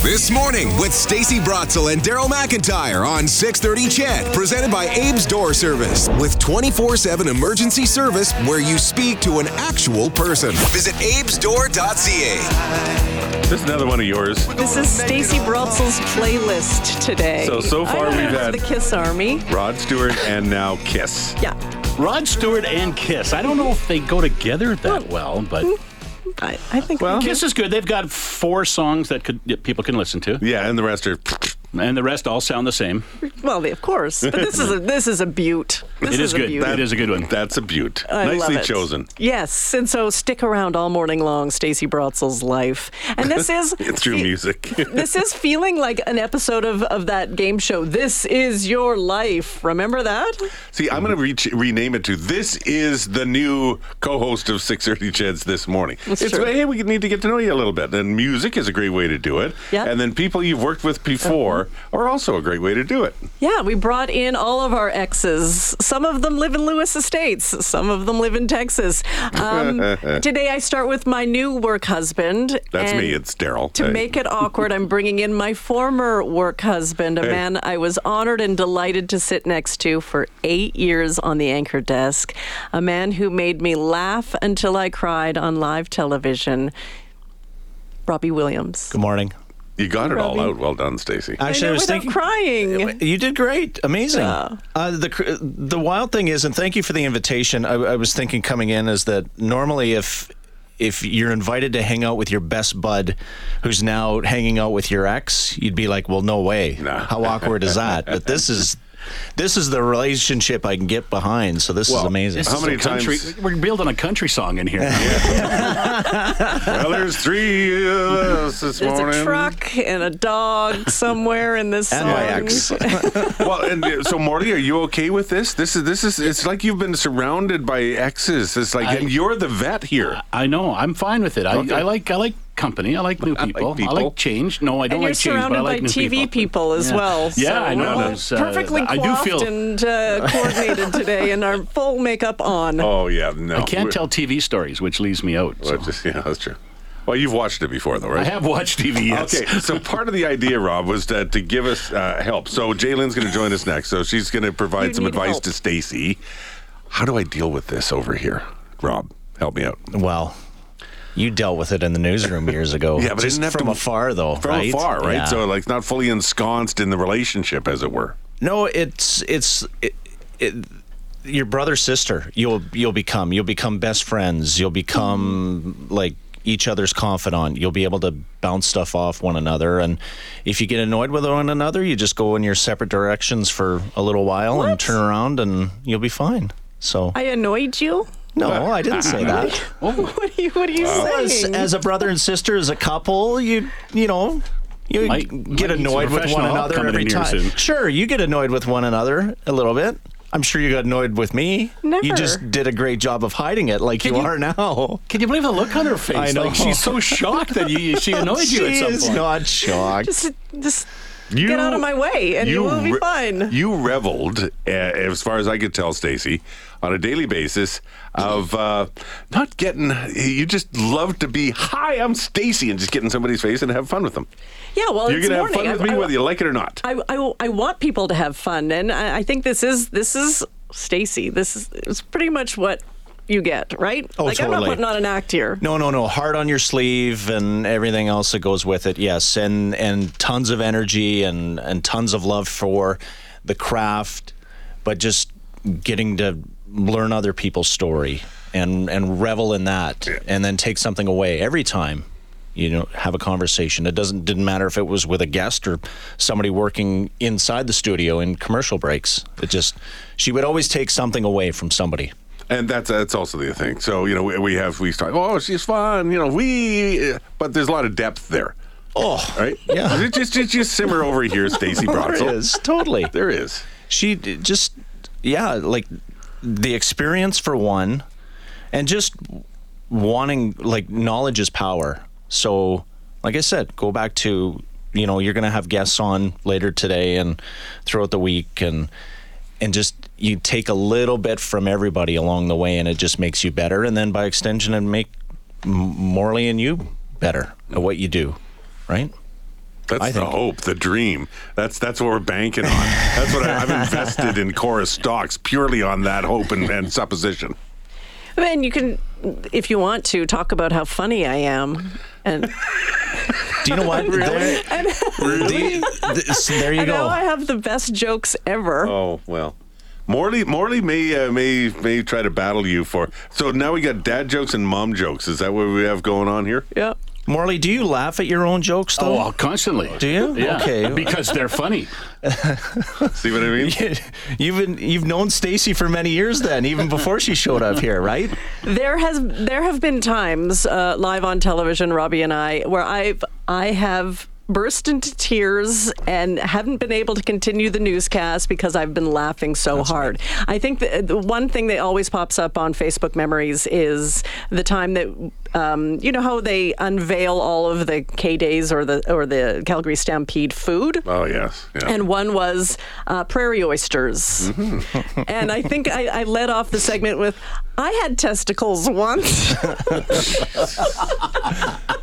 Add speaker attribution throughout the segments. Speaker 1: This morning with Stacy Bratzel and Daryl McIntyre on 630 Chat, presented by Abe's Door Service, with 24-7 emergency service where you speak to an actual person. Visit abesdoor.ca.
Speaker 2: This is another one of yours.
Speaker 3: This is Stacy Brutzel's playlist today.
Speaker 2: So, so far
Speaker 3: I
Speaker 2: we've
Speaker 3: know it's
Speaker 2: had-
Speaker 3: the Kiss Army.
Speaker 2: Rod Stewart and now Kiss.
Speaker 3: Yeah,
Speaker 4: Rod Stewart and Kiss. I don't know if they go together that well, but
Speaker 3: I, I think.
Speaker 2: Well,
Speaker 4: Kiss is good. They've got four songs that could that people can listen to,
Speaker 2: Yeah, and the rest are.
Speaker 4: and the rest all sound the same.
Speaker 3: well, of course. But this is a this is a beaut. This
Speaker 4: It is
Speaker 3: a
Speaker 4: good.
Speaker 3: beaut.
Speaker 4: That is a good one.
Speaker 2: That's a beaut.
Speaker 3: I love
Speaker 2: Nicely
Speaker 3: it.
Speaker 2: chosen.
Speaker 3: Yes, and so stick around all morning long, Stacy Brutzel's life, and this is
Speaker 2: It's through
Speaker 3: fe-
Speaker 2: music.
Speaker 3: This is feeling like an episode of, of that game show. This is your life. Remember that?
Speaker 2: See, I'm going to re- rename it to "This is the new co-host of 6:30 Cheds this morning."
Speaker 3: That's
Speaker 2: it's
Speaker 3: true.
Speaker 2: hey, we need to get to know you a little bit, and music is a great way to do it.
Speaker 3: Yeah. Uh-huh.
Speaker 2: And then people you've worked with before are also a great way to do it.
Speaker 3: Yeah, we brought in all of our exes. Some of them live in Lewis Estates, some of them live in Texas. Um, today I start with my new work husband.
Speaker 2: That's
Speaker 3: and
Speaker 2: me. It's Daryl.
Speaker 3: To
Speaker 2: Hey.
Speaker 3: make it awkward, I'm bringing in my former work husband, a
Speaker 2: Hey.
Speaker 3: man I was honored and delighted to sit next to for eight years on the anchor desk, a man who made me laugh until I cried on live television. Robbie Williams.
Speaker 5: Good morning.
Speaker 2: You got it all
Speaker 3: Robbie.
Speaker 2: out. Well done, Stacy.
Speaker 3: I know, without crying.
Speaker 5: You did great, amazing.
Speaker 3: Yeah.
Speaker 5: Uh, the cr- the wild thing is, and thank you for the invitation. I, I was thinking coming in is that normally if if you're invited to hang out with your best bud, who's now hanging out with your ex, you'd be like, well, no way.
Speaker 2: No.
Speaker 5: How awkward is that? But this is this is the relationship I can get behind. So this is
Speaker 2: Well,
Speaker 5: amazing.
Speaker 2: How
Speaker 4: This is
Speaker 2: many
Speaker 4: a country-
Speaker 2: times-
Speaker 4: We're building a country song in here.
Speaker 2: well, there's three of us this
Speaker 3: There's
Speaker 2: morning.
Speaker 3: a truck and a dog somewhere in this
Speaker 5: And
Speaker 3: song.
Speaker 5: my ex.
Speaker 2: well, and uh, so Morty, are you okay with this? This is this is it's like you've been surrounded by exes. It's like and you're the vet here.
Speaker 4: I know. I'm fine with it. I,
Speaker 2: Okay.
Speaker 4: I like I like company. I like new people.
Speaker 2: people.
Speaker 4: I like change. No, I
Speaker 3: And
Speaker 4: don't
Speaker 3: you're
Speaker 4: like change. But I
Speaker 3: surrounded
Speaker 4: like
Speaker 3: by
Speaker 4: new
Speaker 3: TV people, as
Speaker 4: Yeah.
Speaker 3: well.
Speaker 4: Yeah,
Speaker 3: so
Speaker 4: I know.
Speaker 3: we're all
Speaker 4: Those, uh,
Speaker 3: perfectly
Speaker 4: I do
Speaker 3: coiffed
Speaker 4: feel-
Speaker 3: and uh, coordinated today, and our full makeup on.
Speaker 2: Oh yeah, no.
Speaker 4: I can't
Speaker 2: We're-
Speaker 4: tell TV stories, which leaves me out. so.
Speaker 2: Well, just- yeah, that's true. Well, you've watched it before, though,
Speaker 4: I
Speaker 2: right?
Speaker 4: have watched TV. Yes.
Speaker 2: Okay, so part of the idea, Rob, was to, to give us uh, help. So Jalen's going to join us next. So she's going to provide
Speaker 3: You
Speaker 2: some
Speaker 3: need
Speaker 2: advice
Speaker 3: help.
Speaker 2: to Stacy. How do I deal with this over here, Rob? Help me out.
Speaker 5: well. You dealt with it in the newsroom years ago.
Speaker 2: Yeah, but I
Speaker 5: just
Speaker 2: didn't have
Speaker 5: from
Speaker 2: to-
Speaker 5: afar, though.
Speaker 2: From
Speaker 5: right?
Speaker 2: afar, right?
Speaker 5: Yeah.
Speaker 2: So like not fully ensconced in the relationship, as it were.
Speaker 5: No, it's it's it, it, your brother sister. You'll you'll become you'll become best friends. You'll become like each other's confidant. You'll be able to bounce stuff off one another. And if you get annoyed with one another, you just go in your separate directions for a little while
Speaker 3: What?
Speaker 5: and turn around, and you'll be fine. So
Speaker 3: I annoyed you?
Speaker 5: no, I didn't say that.
Speaker 3: What are you, what are you
Speaker 5: As,
Speaker 3: saying?
Speaker 5: as a brother and sister, as a couple, you you know. You
Speaker 4: Might- might
Speaker 5: get
Speaker 4: need
Speaker 5: annoyed
Speaker 4: some
Speaker 5: with one
Speaker 4: professional help
Speaker 5: another
Speaker 4: coming
Speaker 5: every
Speaker 4: in here
Speaker 5: time.
Speaker 4: soon.
Speaker 5: Sure, you get annoyed with one another a little bit. I'm sure you got annoyed with me. You
Speaker 3: Never.
Speaker 5: just did a great job of hiding it, like you,
Speaker 4: you-
Speaker 5: are now.
Speaker 4: Can you believe the look on her face?
Speaker 5: I know.
Speaker 4: Like she's so shocked that you, she annoyed you
Speaker 5: she
Speaker 4: at some
Speaker 5: is
Speaker 4: point.
Speaker 5: not shocked.
Speaker 3: just, just
Speaker 2: You,
Speaker 3: get out of my way, and you, will be
Speaker 2: re-
Speaker 3: fine.
Speaker 2: You reveled, uh, as far as I could tell, Stacy, on a daily basis of uh, not getting. You just love to be hi. I'm Stacy, and just get in somebody's face and have fun with them.
Speaker 3: yeah, well,
Speaker 2: You're
Speaker 3: it's
Speaker 2: gonna have
Speaker 3: morning.
Speaker 2: fun with
Speaker 3: I-
Speaker 2: me
Speaker 3: I-
Speaker 2: whether you like it or not.
Speaker 3: I, I, I want people to have fun, and I, I think this is this is Stacy. This is it's pretty much what you get, right?
Speaker 5: Oh,
Speaker 3: like I'm not
Speaker 5: totally.
Speaker 3: putting on an act here.
Speaker 5: No, no, no. Heart on your sleeve and everything else that goes with it. Yes, and and tons of energy and and tons of love for the craft, but just getting to learn other people's story and and revel in that, and then take something away every time. You know, have a conversation. It doesn't didn't matter if it was with a guest or somebody working inside the studio in commercial breaks. It just she would always take something away from somebody.
Speaker 2: And that's that's also the thing. So you know we, we have we start. Oh, she's fun. You know we, but there's a lot of depth there.
Speaker 5: Oh,
Speaker 2: Right?
Speaker 5: Yeah.
Speaker 2: Just, just, just simmer over here, Stacy
Speaker 5: there it
Speaker 2: Brotzel.
Speaker 5: is totally.
Speaker 2: There is.
Speaker 5: she d- just yeah like the experience for one and just wanting like knowledge is power so like i said go back to you know you're gonna have guests on later today and throughout the week and and just you take a little bit from everybody along the way and it just makes you better and then by extension it make M- morley and you better at what you do right
Speaker 2: That's
Speaker 5: I
Speaker 2: the
Speaker 5: think.
Speaker 2: hope, the dream. That's that's what we're banking on. That's what I, I've invested in Chorus stocks purely on that hope and, and supposition.
Speaker 3: I mean, you can, if you want to, talk about how funny I am. And
Speaker 5: Do you know what? There, the- the- so there you
Speaker 3: I know I
Speaker 5: go.
Speaker 3: have the best jokes ever.
Speaker 2: Oh well, Morley Morley may uh, may may try to battle you for. So now we got dad jokes and mom jokes. Is that what we have going on here?
Speaker 3: Yep.
Speaker 5: Morley, do you laugh at your own jokes
Speaker 4: Oh,
Speaker 5: though?
Speaker 4: well, constantly.
Speaker 5: Do you?
Speaker 4: Yeah,
Speaker 5: Okay.
Speaker 4: Because they're funny.
Speaker 2: See what I mean?
Speaker 5: you've been you've known Stacy for many years then, even before she showed up here, right?
Speaker 3: There has there have been times uh, live on television, Robbie and I, where I've I have burst into tears and haven't been able to continue the newscast because I've been laughing so hard. I think the, the one thing that always pops up on Facebook memories is the time that um, you know how they unveil all of the K days or the or the Calgary Stampede food
Speaker 2: Oh yes. Yeah.
Speaker 3: and one was uh, prairie oysters.
Speaker 5: Mm-hmm.
Speaker 3: and I think I, I led off the segment with, "I had testicles once."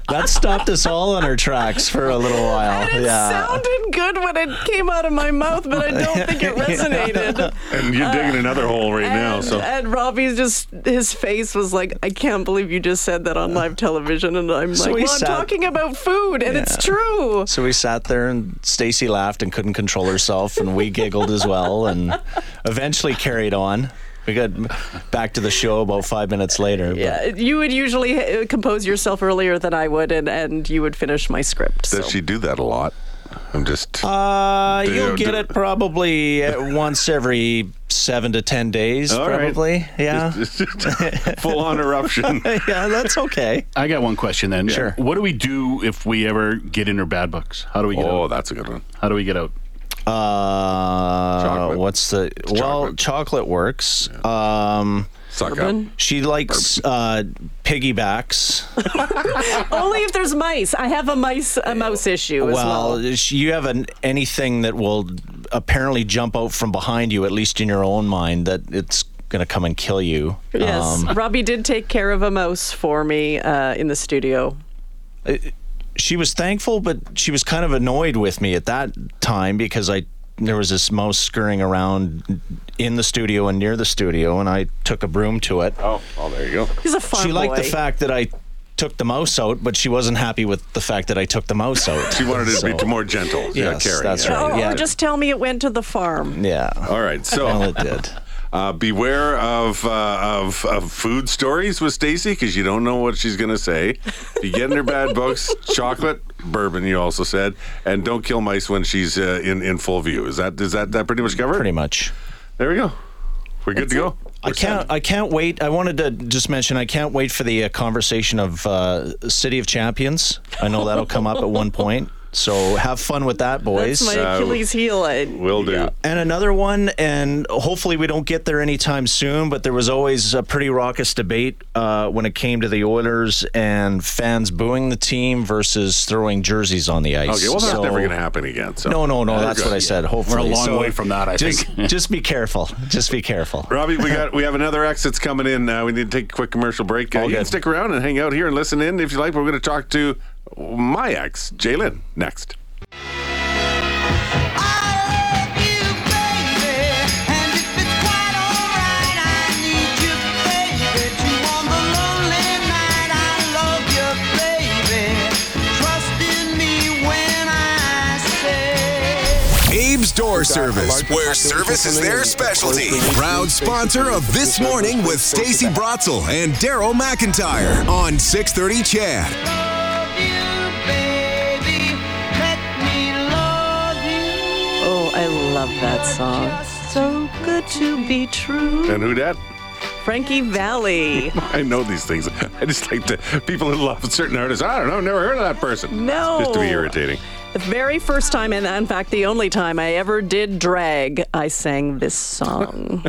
Speaker 5: That stopped us all on our tracks for a little while.
Speaker 3: it
Speaker 5: yeah.
Speaker 3: sounded good when it came out of my mouth, but I don't think it resonated.
Speaker 2: And you're
Speaker 5: uh,
Speaker 2: digging another hole right now.
Speaker 3: And,
Speaker 2: So
Speaker 3: and Robbie's just his face was like, I can't believe you just said that on live television, and I'm
Speaker 5: So
Speaker 3: like,
Speaker 5: he
Speaker 3: well, I'm
Speaker 5: sat-
Speaker 3: talking about food, and it's true.
Speaker 5: So we sat there and Stacy laughed and couldn't control herself and we giggled as well and eventually carried on. We got back to the show about 5 minutes later. but-
Speaker 3: Yeah, you would usually uh, compose yourself earlier than I would, and, and you would finish my script.
Speaker 2: does
Speaker 3: so.
Speaker 2: she do that a lot? I'm just.
Speaker 5: Uh,
Speaker 2: Do-
Speaker 5: you'll
Speaker 2: do-
Speaker 5: get it probably uh, once every 7 to 10 days
Speaker 2: All right.
Speaker 5: probably. Yeah.
Speaker 2: It's just full on eruption.
Speaker 5: yeah, that's okay.
Speaker 4: I got one question then.
Speaker 5: Sure.
Speaker 4: What do we do if we ever get in her bad books? How do we get
Speaker 2: Oh,
Speaker 4: out?
Speaker 2: that's a good one.
Speaker 4: How do we get out?
Speaker 5: Uh,
Speaker 2: Chocolate.
Speaker 5: what's the well?
Speaker 2: chocolate.
Speaker 5: Chocolate works. Um,
Speaker 2: Suck up.
Speaker 5: she likes uh, piggybacks.
Speaker 3: Only if there's mice. I have a mice a mouse issue as well.
Speaker 5: well, sh you have an, anything that will apparently jump out from behind you, at least in your own mind, that it's going to come and kill you.
Speaker 3: Yes,
Speaker 5: Um,
Speaker 3: Robbie did take care of a mouse for me uh, in the studio.
Speaker 5: she was thankful, but she was kind of annoyed with me at that time because I there was this mouse scurrying around in the studio and near the studio, and I took a broom to it.
Speaker 2: Oh, well, there you go.
Speaker 3: He's a farm
Speaker 5: she liked the
Speaker 3: boy.
Speaker 5: fact that I took the mouse out, but she wasn't happy with the fact that I took the mouse out.
Speaker 2: She wanted it to
Speaker 5: So,
Speaker 2: be more gentle. yeah,
Speaker 5: Yes,
Speaker 2: Carrie.
Speaker 5: that's
Speaker 2: yeah.
Speaker 5: right.
Speaker 3: Oh,
Speaker 5: yeah.
Speaker 3: or just tell me it went to the farm.
Speaker 5: Yeah.
Speaker 2: All right.
Speaker 5: Well,
Speaker 2: So
Speaker 5: it did.
Speaker 2: uh, beware of, uh, of of food stories with Stacy because you don't know what she's going to say. If you get in her bad books, chocolate, bourbon, you also said, and don't kill mice when she's uh, in, in full view. Is that is that, that pretty much covered?
Speaker 5: Pretty much.
Speaker 2: There we go. We're good to go.
Speaker 5: I can't. I can't wait. I wanted to just mention. I can't wait for the uh, conversation of uh, City of Champions. I know that'll come up at one point. So have fun with that, boys.
Speaker 3: That's my Achilles heel. I,
Speaker 2: Will do.
Speaker 5: and another one, and hopefully we don't get there anytime soon. But there was always a pretty raucous debate uh, when it came to the Oilers and fans booing the team versus throwing jerseys on the ice.
Speaker 2: Okay, well, that's
Speaker 5: So-
Speaker 2: never going to happen again. So.
Speaker 5: No, no, no. That's
Speaker 2: good.
Speaker 5: what I said. Hopefully,
Speaker 4: long
Speaker 5: So
Speaker 4: way from that, I
Speaker 5: just,
Speaker 4: think.
Speaker 5: just be careful. Just be careful.
Speaker 2: Robbie, we got we have another exit's coming in. Uh, we need to take a quick commercial break. Uh, you can
Speaker 5: good.
Speaker 2: stick around and hang out here and listen in if you like. We're going to talk to my ex, Jalen, next.
Speaker 1: Abe's Door Service, where service is their specialty. Proud sponsor of This Morning with Stacy Bratzel and Daryl McIntyre on 630 Chad.
Speaker 3: oh, I love that song. So good to be true.
Speaker 2: And who dat?
Speaker 3: Frankie Valley.
Speaker 2: I know these things. I just like to people who love certain artists. I don't know. Never heard of that person.
Speaker 3: No.
Speaker 2: Just to be irritating.
Speaker 3: The very first time, and in fact, the only time I ever did drag, I sang this song.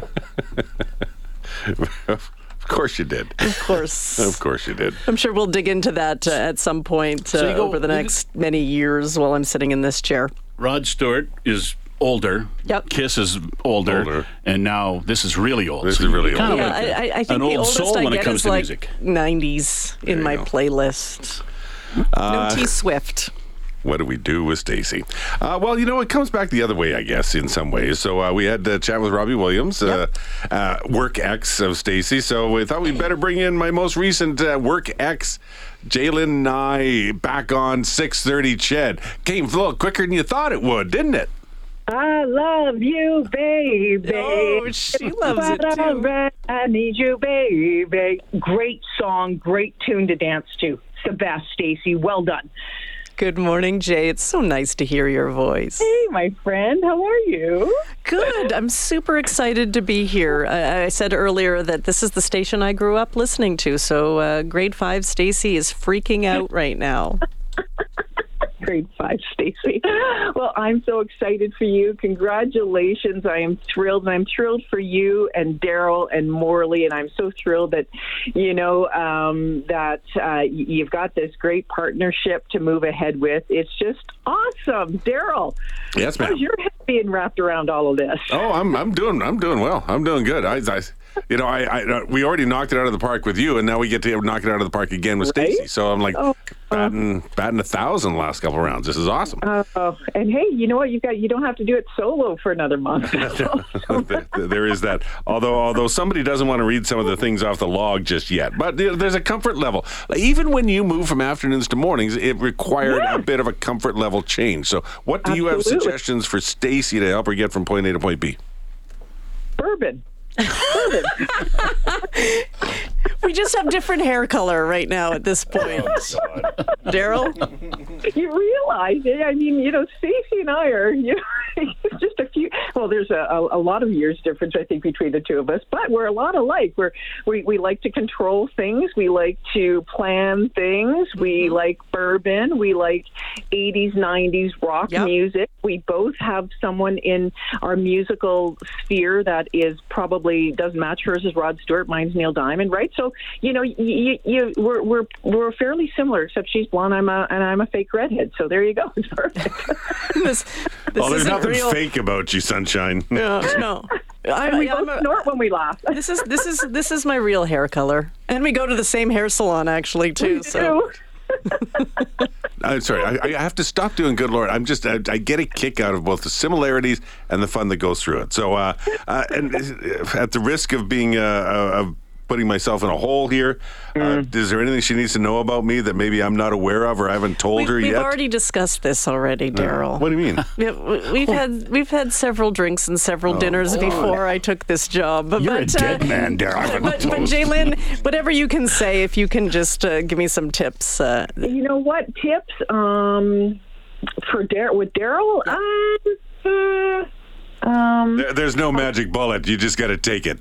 Speaker 2: of course you did.
Speaker 3: Of course.
Speaker 2: Of course you did.
Speaker 3: I'm sure we'll dig into that uh, at some point uh,
Speaker 4: you go-
Speaker 3: over the next many years while I'm sitting in this chair.
Speaker 4: Rod Stewart is older.
Speaker 3: Yep.
Speaker 4: Kiss is older.
Speaker 2: Older.
Speaker 4: And now this is really old.
Speaker 2: This
Speaker 4: So
Speaker 2: is
Speaker 4: you
Speaker 2: really
Speaker 4: kinda
Speaker 2: old.
Speaker 3: Yeah,
Speaker 4: like
Speaker 3: I, I, I think
Speaker 4: an
Speaker 3: the
Speaker 4: old
Speaker 3: oldest
Speaker 4: soul
Speaker 3: I
Speaker 4: when
Speaker 3: get
Speaker 4: it comes
Speaker 3: is
Speaker 4: to
Speaker 3: like
Speaker 4: music.
Speaker 3: 90s in
Speaker 2: you
Speaker 3: my
Speaker 2: go.
Speaker 4: Uh,
Speaker 3: playlist. no T Swift.
Speaker 2: What do we do with Stacy? Uh, well, you know, it comes back the other way, I guess, in some ways. So uh, we had a chat with Robbie Williams, uh, uh, work ex of Stacy. So we thought we'd better bring in my most recent uh, work ex, Jalen Nye, back on 630 Ched. Came a little quicker than you thought it would, didn't it?
Speaker 6: I love you, baby.
Speaker 3: Oh, she loves it
Speaker 6: But all
Speaker 3: too.
Speaker 6: right, I need you, baby. Great song, great tune to dance to. It's the best, Stacy. Well done.
Speaker 3: Good morning, Jay. It's so nice to hear your voice.
Speaker 6: Hey, my friend, how are you?
Speaker 3: Good. I'm super excited to be here. I, I said earlier that this is the station I grew up listening to. So, uh, grade five Stacy is freaking out right now.
Speaker 6: grade five, Stacy. Well, I'm so excited for you. Congratulations. I am thrilled. And I'm thrilled for you and Daryl and Morley. And I'm so thrilled that, you know, um, that uh, y- you've got this great partnership to move ahead with. It's just awesome. Daryl,
Speaker 2: Yes, ma'am.
Speaker 6: how's your head being wrapped around all of this?
Speaker 2: Oh, I'm I'm doing I'm doing well. I'm doing good. I, I you know, I, I we already knocked it out of the park with you, and now we get to knock it out of the park again with
Speaker 6: Right? Oh, um,
Speaker 2: Stacy. So I'm like batting batting a thousand last couple rounds. This is awesome.
Speaker 6: Oh, and hey, you know what? You've got you don't have to do it solo for another month.
Speaker 2: There- there is that. Although although somebody doesn't want to read some of the things off the log just yet, but there- there's a comfort level. Like, even when you move from afternoons to mornings, it required a bit of a comfort level change. So, what do you have
Speaker 6: Absolutely.
Speaker 2: suggestions for Stacy to help her get from point A to point B?
Speaker 6: Bourbon.
Speaker 3: We just have different hair color right now at this point. Daryl?
Speaker 6: you realize it. I mean, you know, Stacey and I are you know, just a few. Well, there's a, a, a lot of years difference, I think, between the two of us, but we're a lot alike. We're we, we like to control things. We like to plan things.
Speaker 2: Mm-hmm.
Speaker 6: We like bourbon. We like 80s, 90s rock
Speaker 3: Yep.
Speaker 6: music. We both have someone in our musical sphere that is probably doesn't match hers is Rod Stewart. Mine's Neil Diamond, right? So you know, you, you we're we're we're fairly similar, except she's blonde. I'm a and I'm a fake redhead. So there you go. It's perfect.
Speaker 3: This, this
Speaker 2: Oh, there's
Speaker 3: isn't
Speaker 2: nothing
Speaker 3: real.
Speaker 2: fake about you, Sunshine.
Speaker 3: No, no. I,
Speaker 6: we
Speaker 3: I'm
Speaker 6: both
Speaker 3: a-
Speaker 6: snort when we laugh.
Speaker 3: this is this is this is my real hair color, and we go to the same hair salon actually too. So
Speaker 6: So,
Speaker 2: I'm Uh, sorry. I, I have to stop doing good, Lord. I'm just I, I get a kick out of both the similarities and the fun that goes through it. So, uh, uh, and uh, at the risk of being uh, uh, of putting myself in a hole here, uh, is there anything she needs to know about me that maybe I'm not aware of or I haven't told
Speaker 3: we,
Speaker 2: her
Speaker 3: we've
Speaker 2: yet? Uh,
Speaker 3: already discussed this already, Daryl.
Speaker 2: What do you mean?
Speaker 3: Yeah, w-
Speaker 6: Oh.
Speaker 3: we've had we've had several drinks and several
Speaker 2: Oh,
Speaker 3: dinners before I took this job. But,
Speaker 4: You're a
Speaker 3: but,
Speaker 4: dead man,
Speaker 3: But,
Speaker 4: Daryl.
Speaker 3: but, but Jalen, whatever you can say, if you can just uh, give me some tips. Uh,
Speaker 6: you know what tips um for Dar with Daryl? Um, uh, um,
Speaker 2: There- there's no magic bullet. You just got to take it.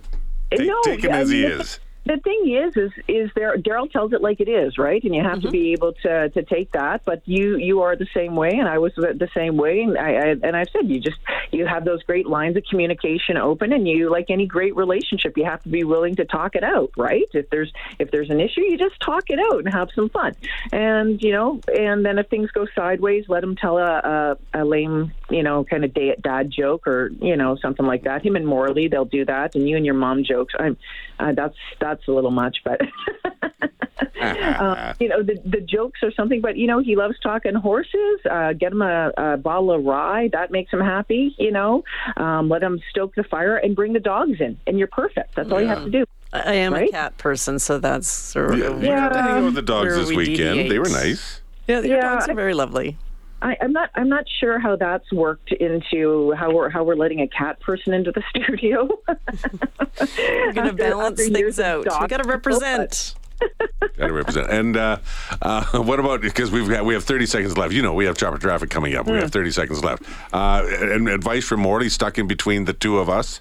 Speaker 2: Take,
Speaker 6: No,
Speaker 2: take him
Speaker 6: I
Speaker 2: as he
Speaker 6: mean, the-
Speaker 2: is.
Speaker 6: the thing is is is there daryl tells it like it is right and you have to be able to to take that but you you are the same way and i was the the same way and I, I and i've said you just you have those great lines of communication open and you like any great relationship you have to be willing to talk it out right if there's if there's an issue you just talk it out and have some fun and you know and then if things go sideways let him tell a a, a lame you know kind of day dad joke or you know something like that him and morley they'll do that and you and your mom jokes i'm uh, that's that's a little much but um, you know the the jokes or something but you know he loves talking horses uh get him a, a bottle of rye that makes him happy you know um let him stoke the fire and bring the dogs in and you're perfect that's all you have to do
Speaker 3: I I am a
Speaker 6: Right?
Speaker 3: cat person, so that's sort of-
Speaker 2: We got to hang out with the dogs
Speaker 3: Where
Speaker 2: this
Speaker 3: we
Speaker 2: weekend. They were
Speaker 3: deviate.
Speaker 2: nice.
Speaker 3: yeah, your
Speaker 6: Yeah,
Speaker 3: dogs are very lovely.
Speaker 6: I, I'm not. I'm not sure how that's worked into how we're how we're letting a cat person into the studio.
Speaker 3: We're gonna
Speaker 6: After-
Speaker 3: balance
Speaker 6: after years
Speaker 3: things
Speaker 6: of Oh,
Speaker 3: out. We
Speaker 6: dog
Speaker 3: gotta
Speaker 6: people,
Speaker 3: represent.
Speaker 2: Gotta represent. And uh, uh, what about because we've got we have 30 seconds left. You know we have chopper traffic coming up.
Speaker 6: Hmm.
Speaker 2: We have 30 seconds left. Uh, and advice from Morty stuck in between the two of us.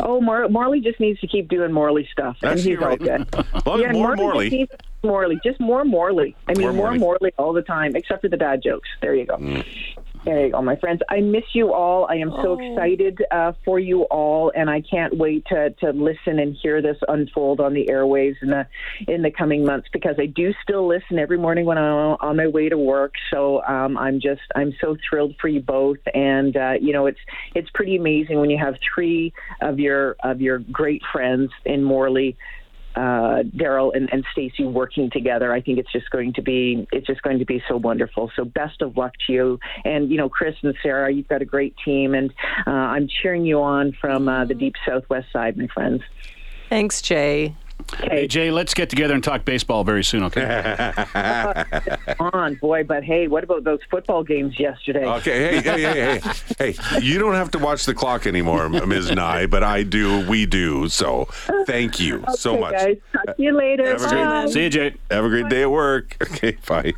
Speaker 6: Oh, Mar- Marley just needs to keep doing Morley stuff, and
Speaker 2: That's
Speaker 6: he's all
Speaker 2: right.
Speaker 6: good.
Speaker 2: Well, more
Speaker 6: just
Speaker 2: Morley.
Speaker 6: needs Morley, just more Morley. I mean,
Speaker 2: More
Speaker 6: more,
Speaker 2: Morley. Mm.
Speaker 6: Morley. all the time, except for the dad jokes. There you go. There you go, my friends. I miss you all. I am so excited uh, for you all, and I can't wait to, to listen and hear this unfold on the airwaves in the in the coming months because I do still listen every morning when I'm on my way to work. So um, I'm just I'm so thrilled for you both, and uh, you know it's it's pretty amazing when you have three of your of your great friends in Morley uh, Daryl and, and Stacy working together. I think it's just going to be it's just going to be so wonderful. So best of luck to you, and you know Chris and Sarah, you've got a great team, and uh, I'm cheering you on from uh, the deep southwest side, my friends.
Speaker 3: Thanks, Jay.
Speaker 4: Hey, Jay, let's get together and talk baseball very soon, okay?
Speaker 6: On boy, but hey, what about those football games yesterday?
Speaker 2: Okay, hey, hey, hey, hey, hey! You don't have to watch the clock anymore, Ms. Nye, but I do. We do. So, thank you so
Speaker 6: Okay,
Speaker 2: much.
Speaker 6: guys. Talk to you later.
Speaker 2: Have a great-
Speaker 6: Bye.
Speaker 4: See you, Jay.
Speaker 2: Have a great day at work. Okay, bye.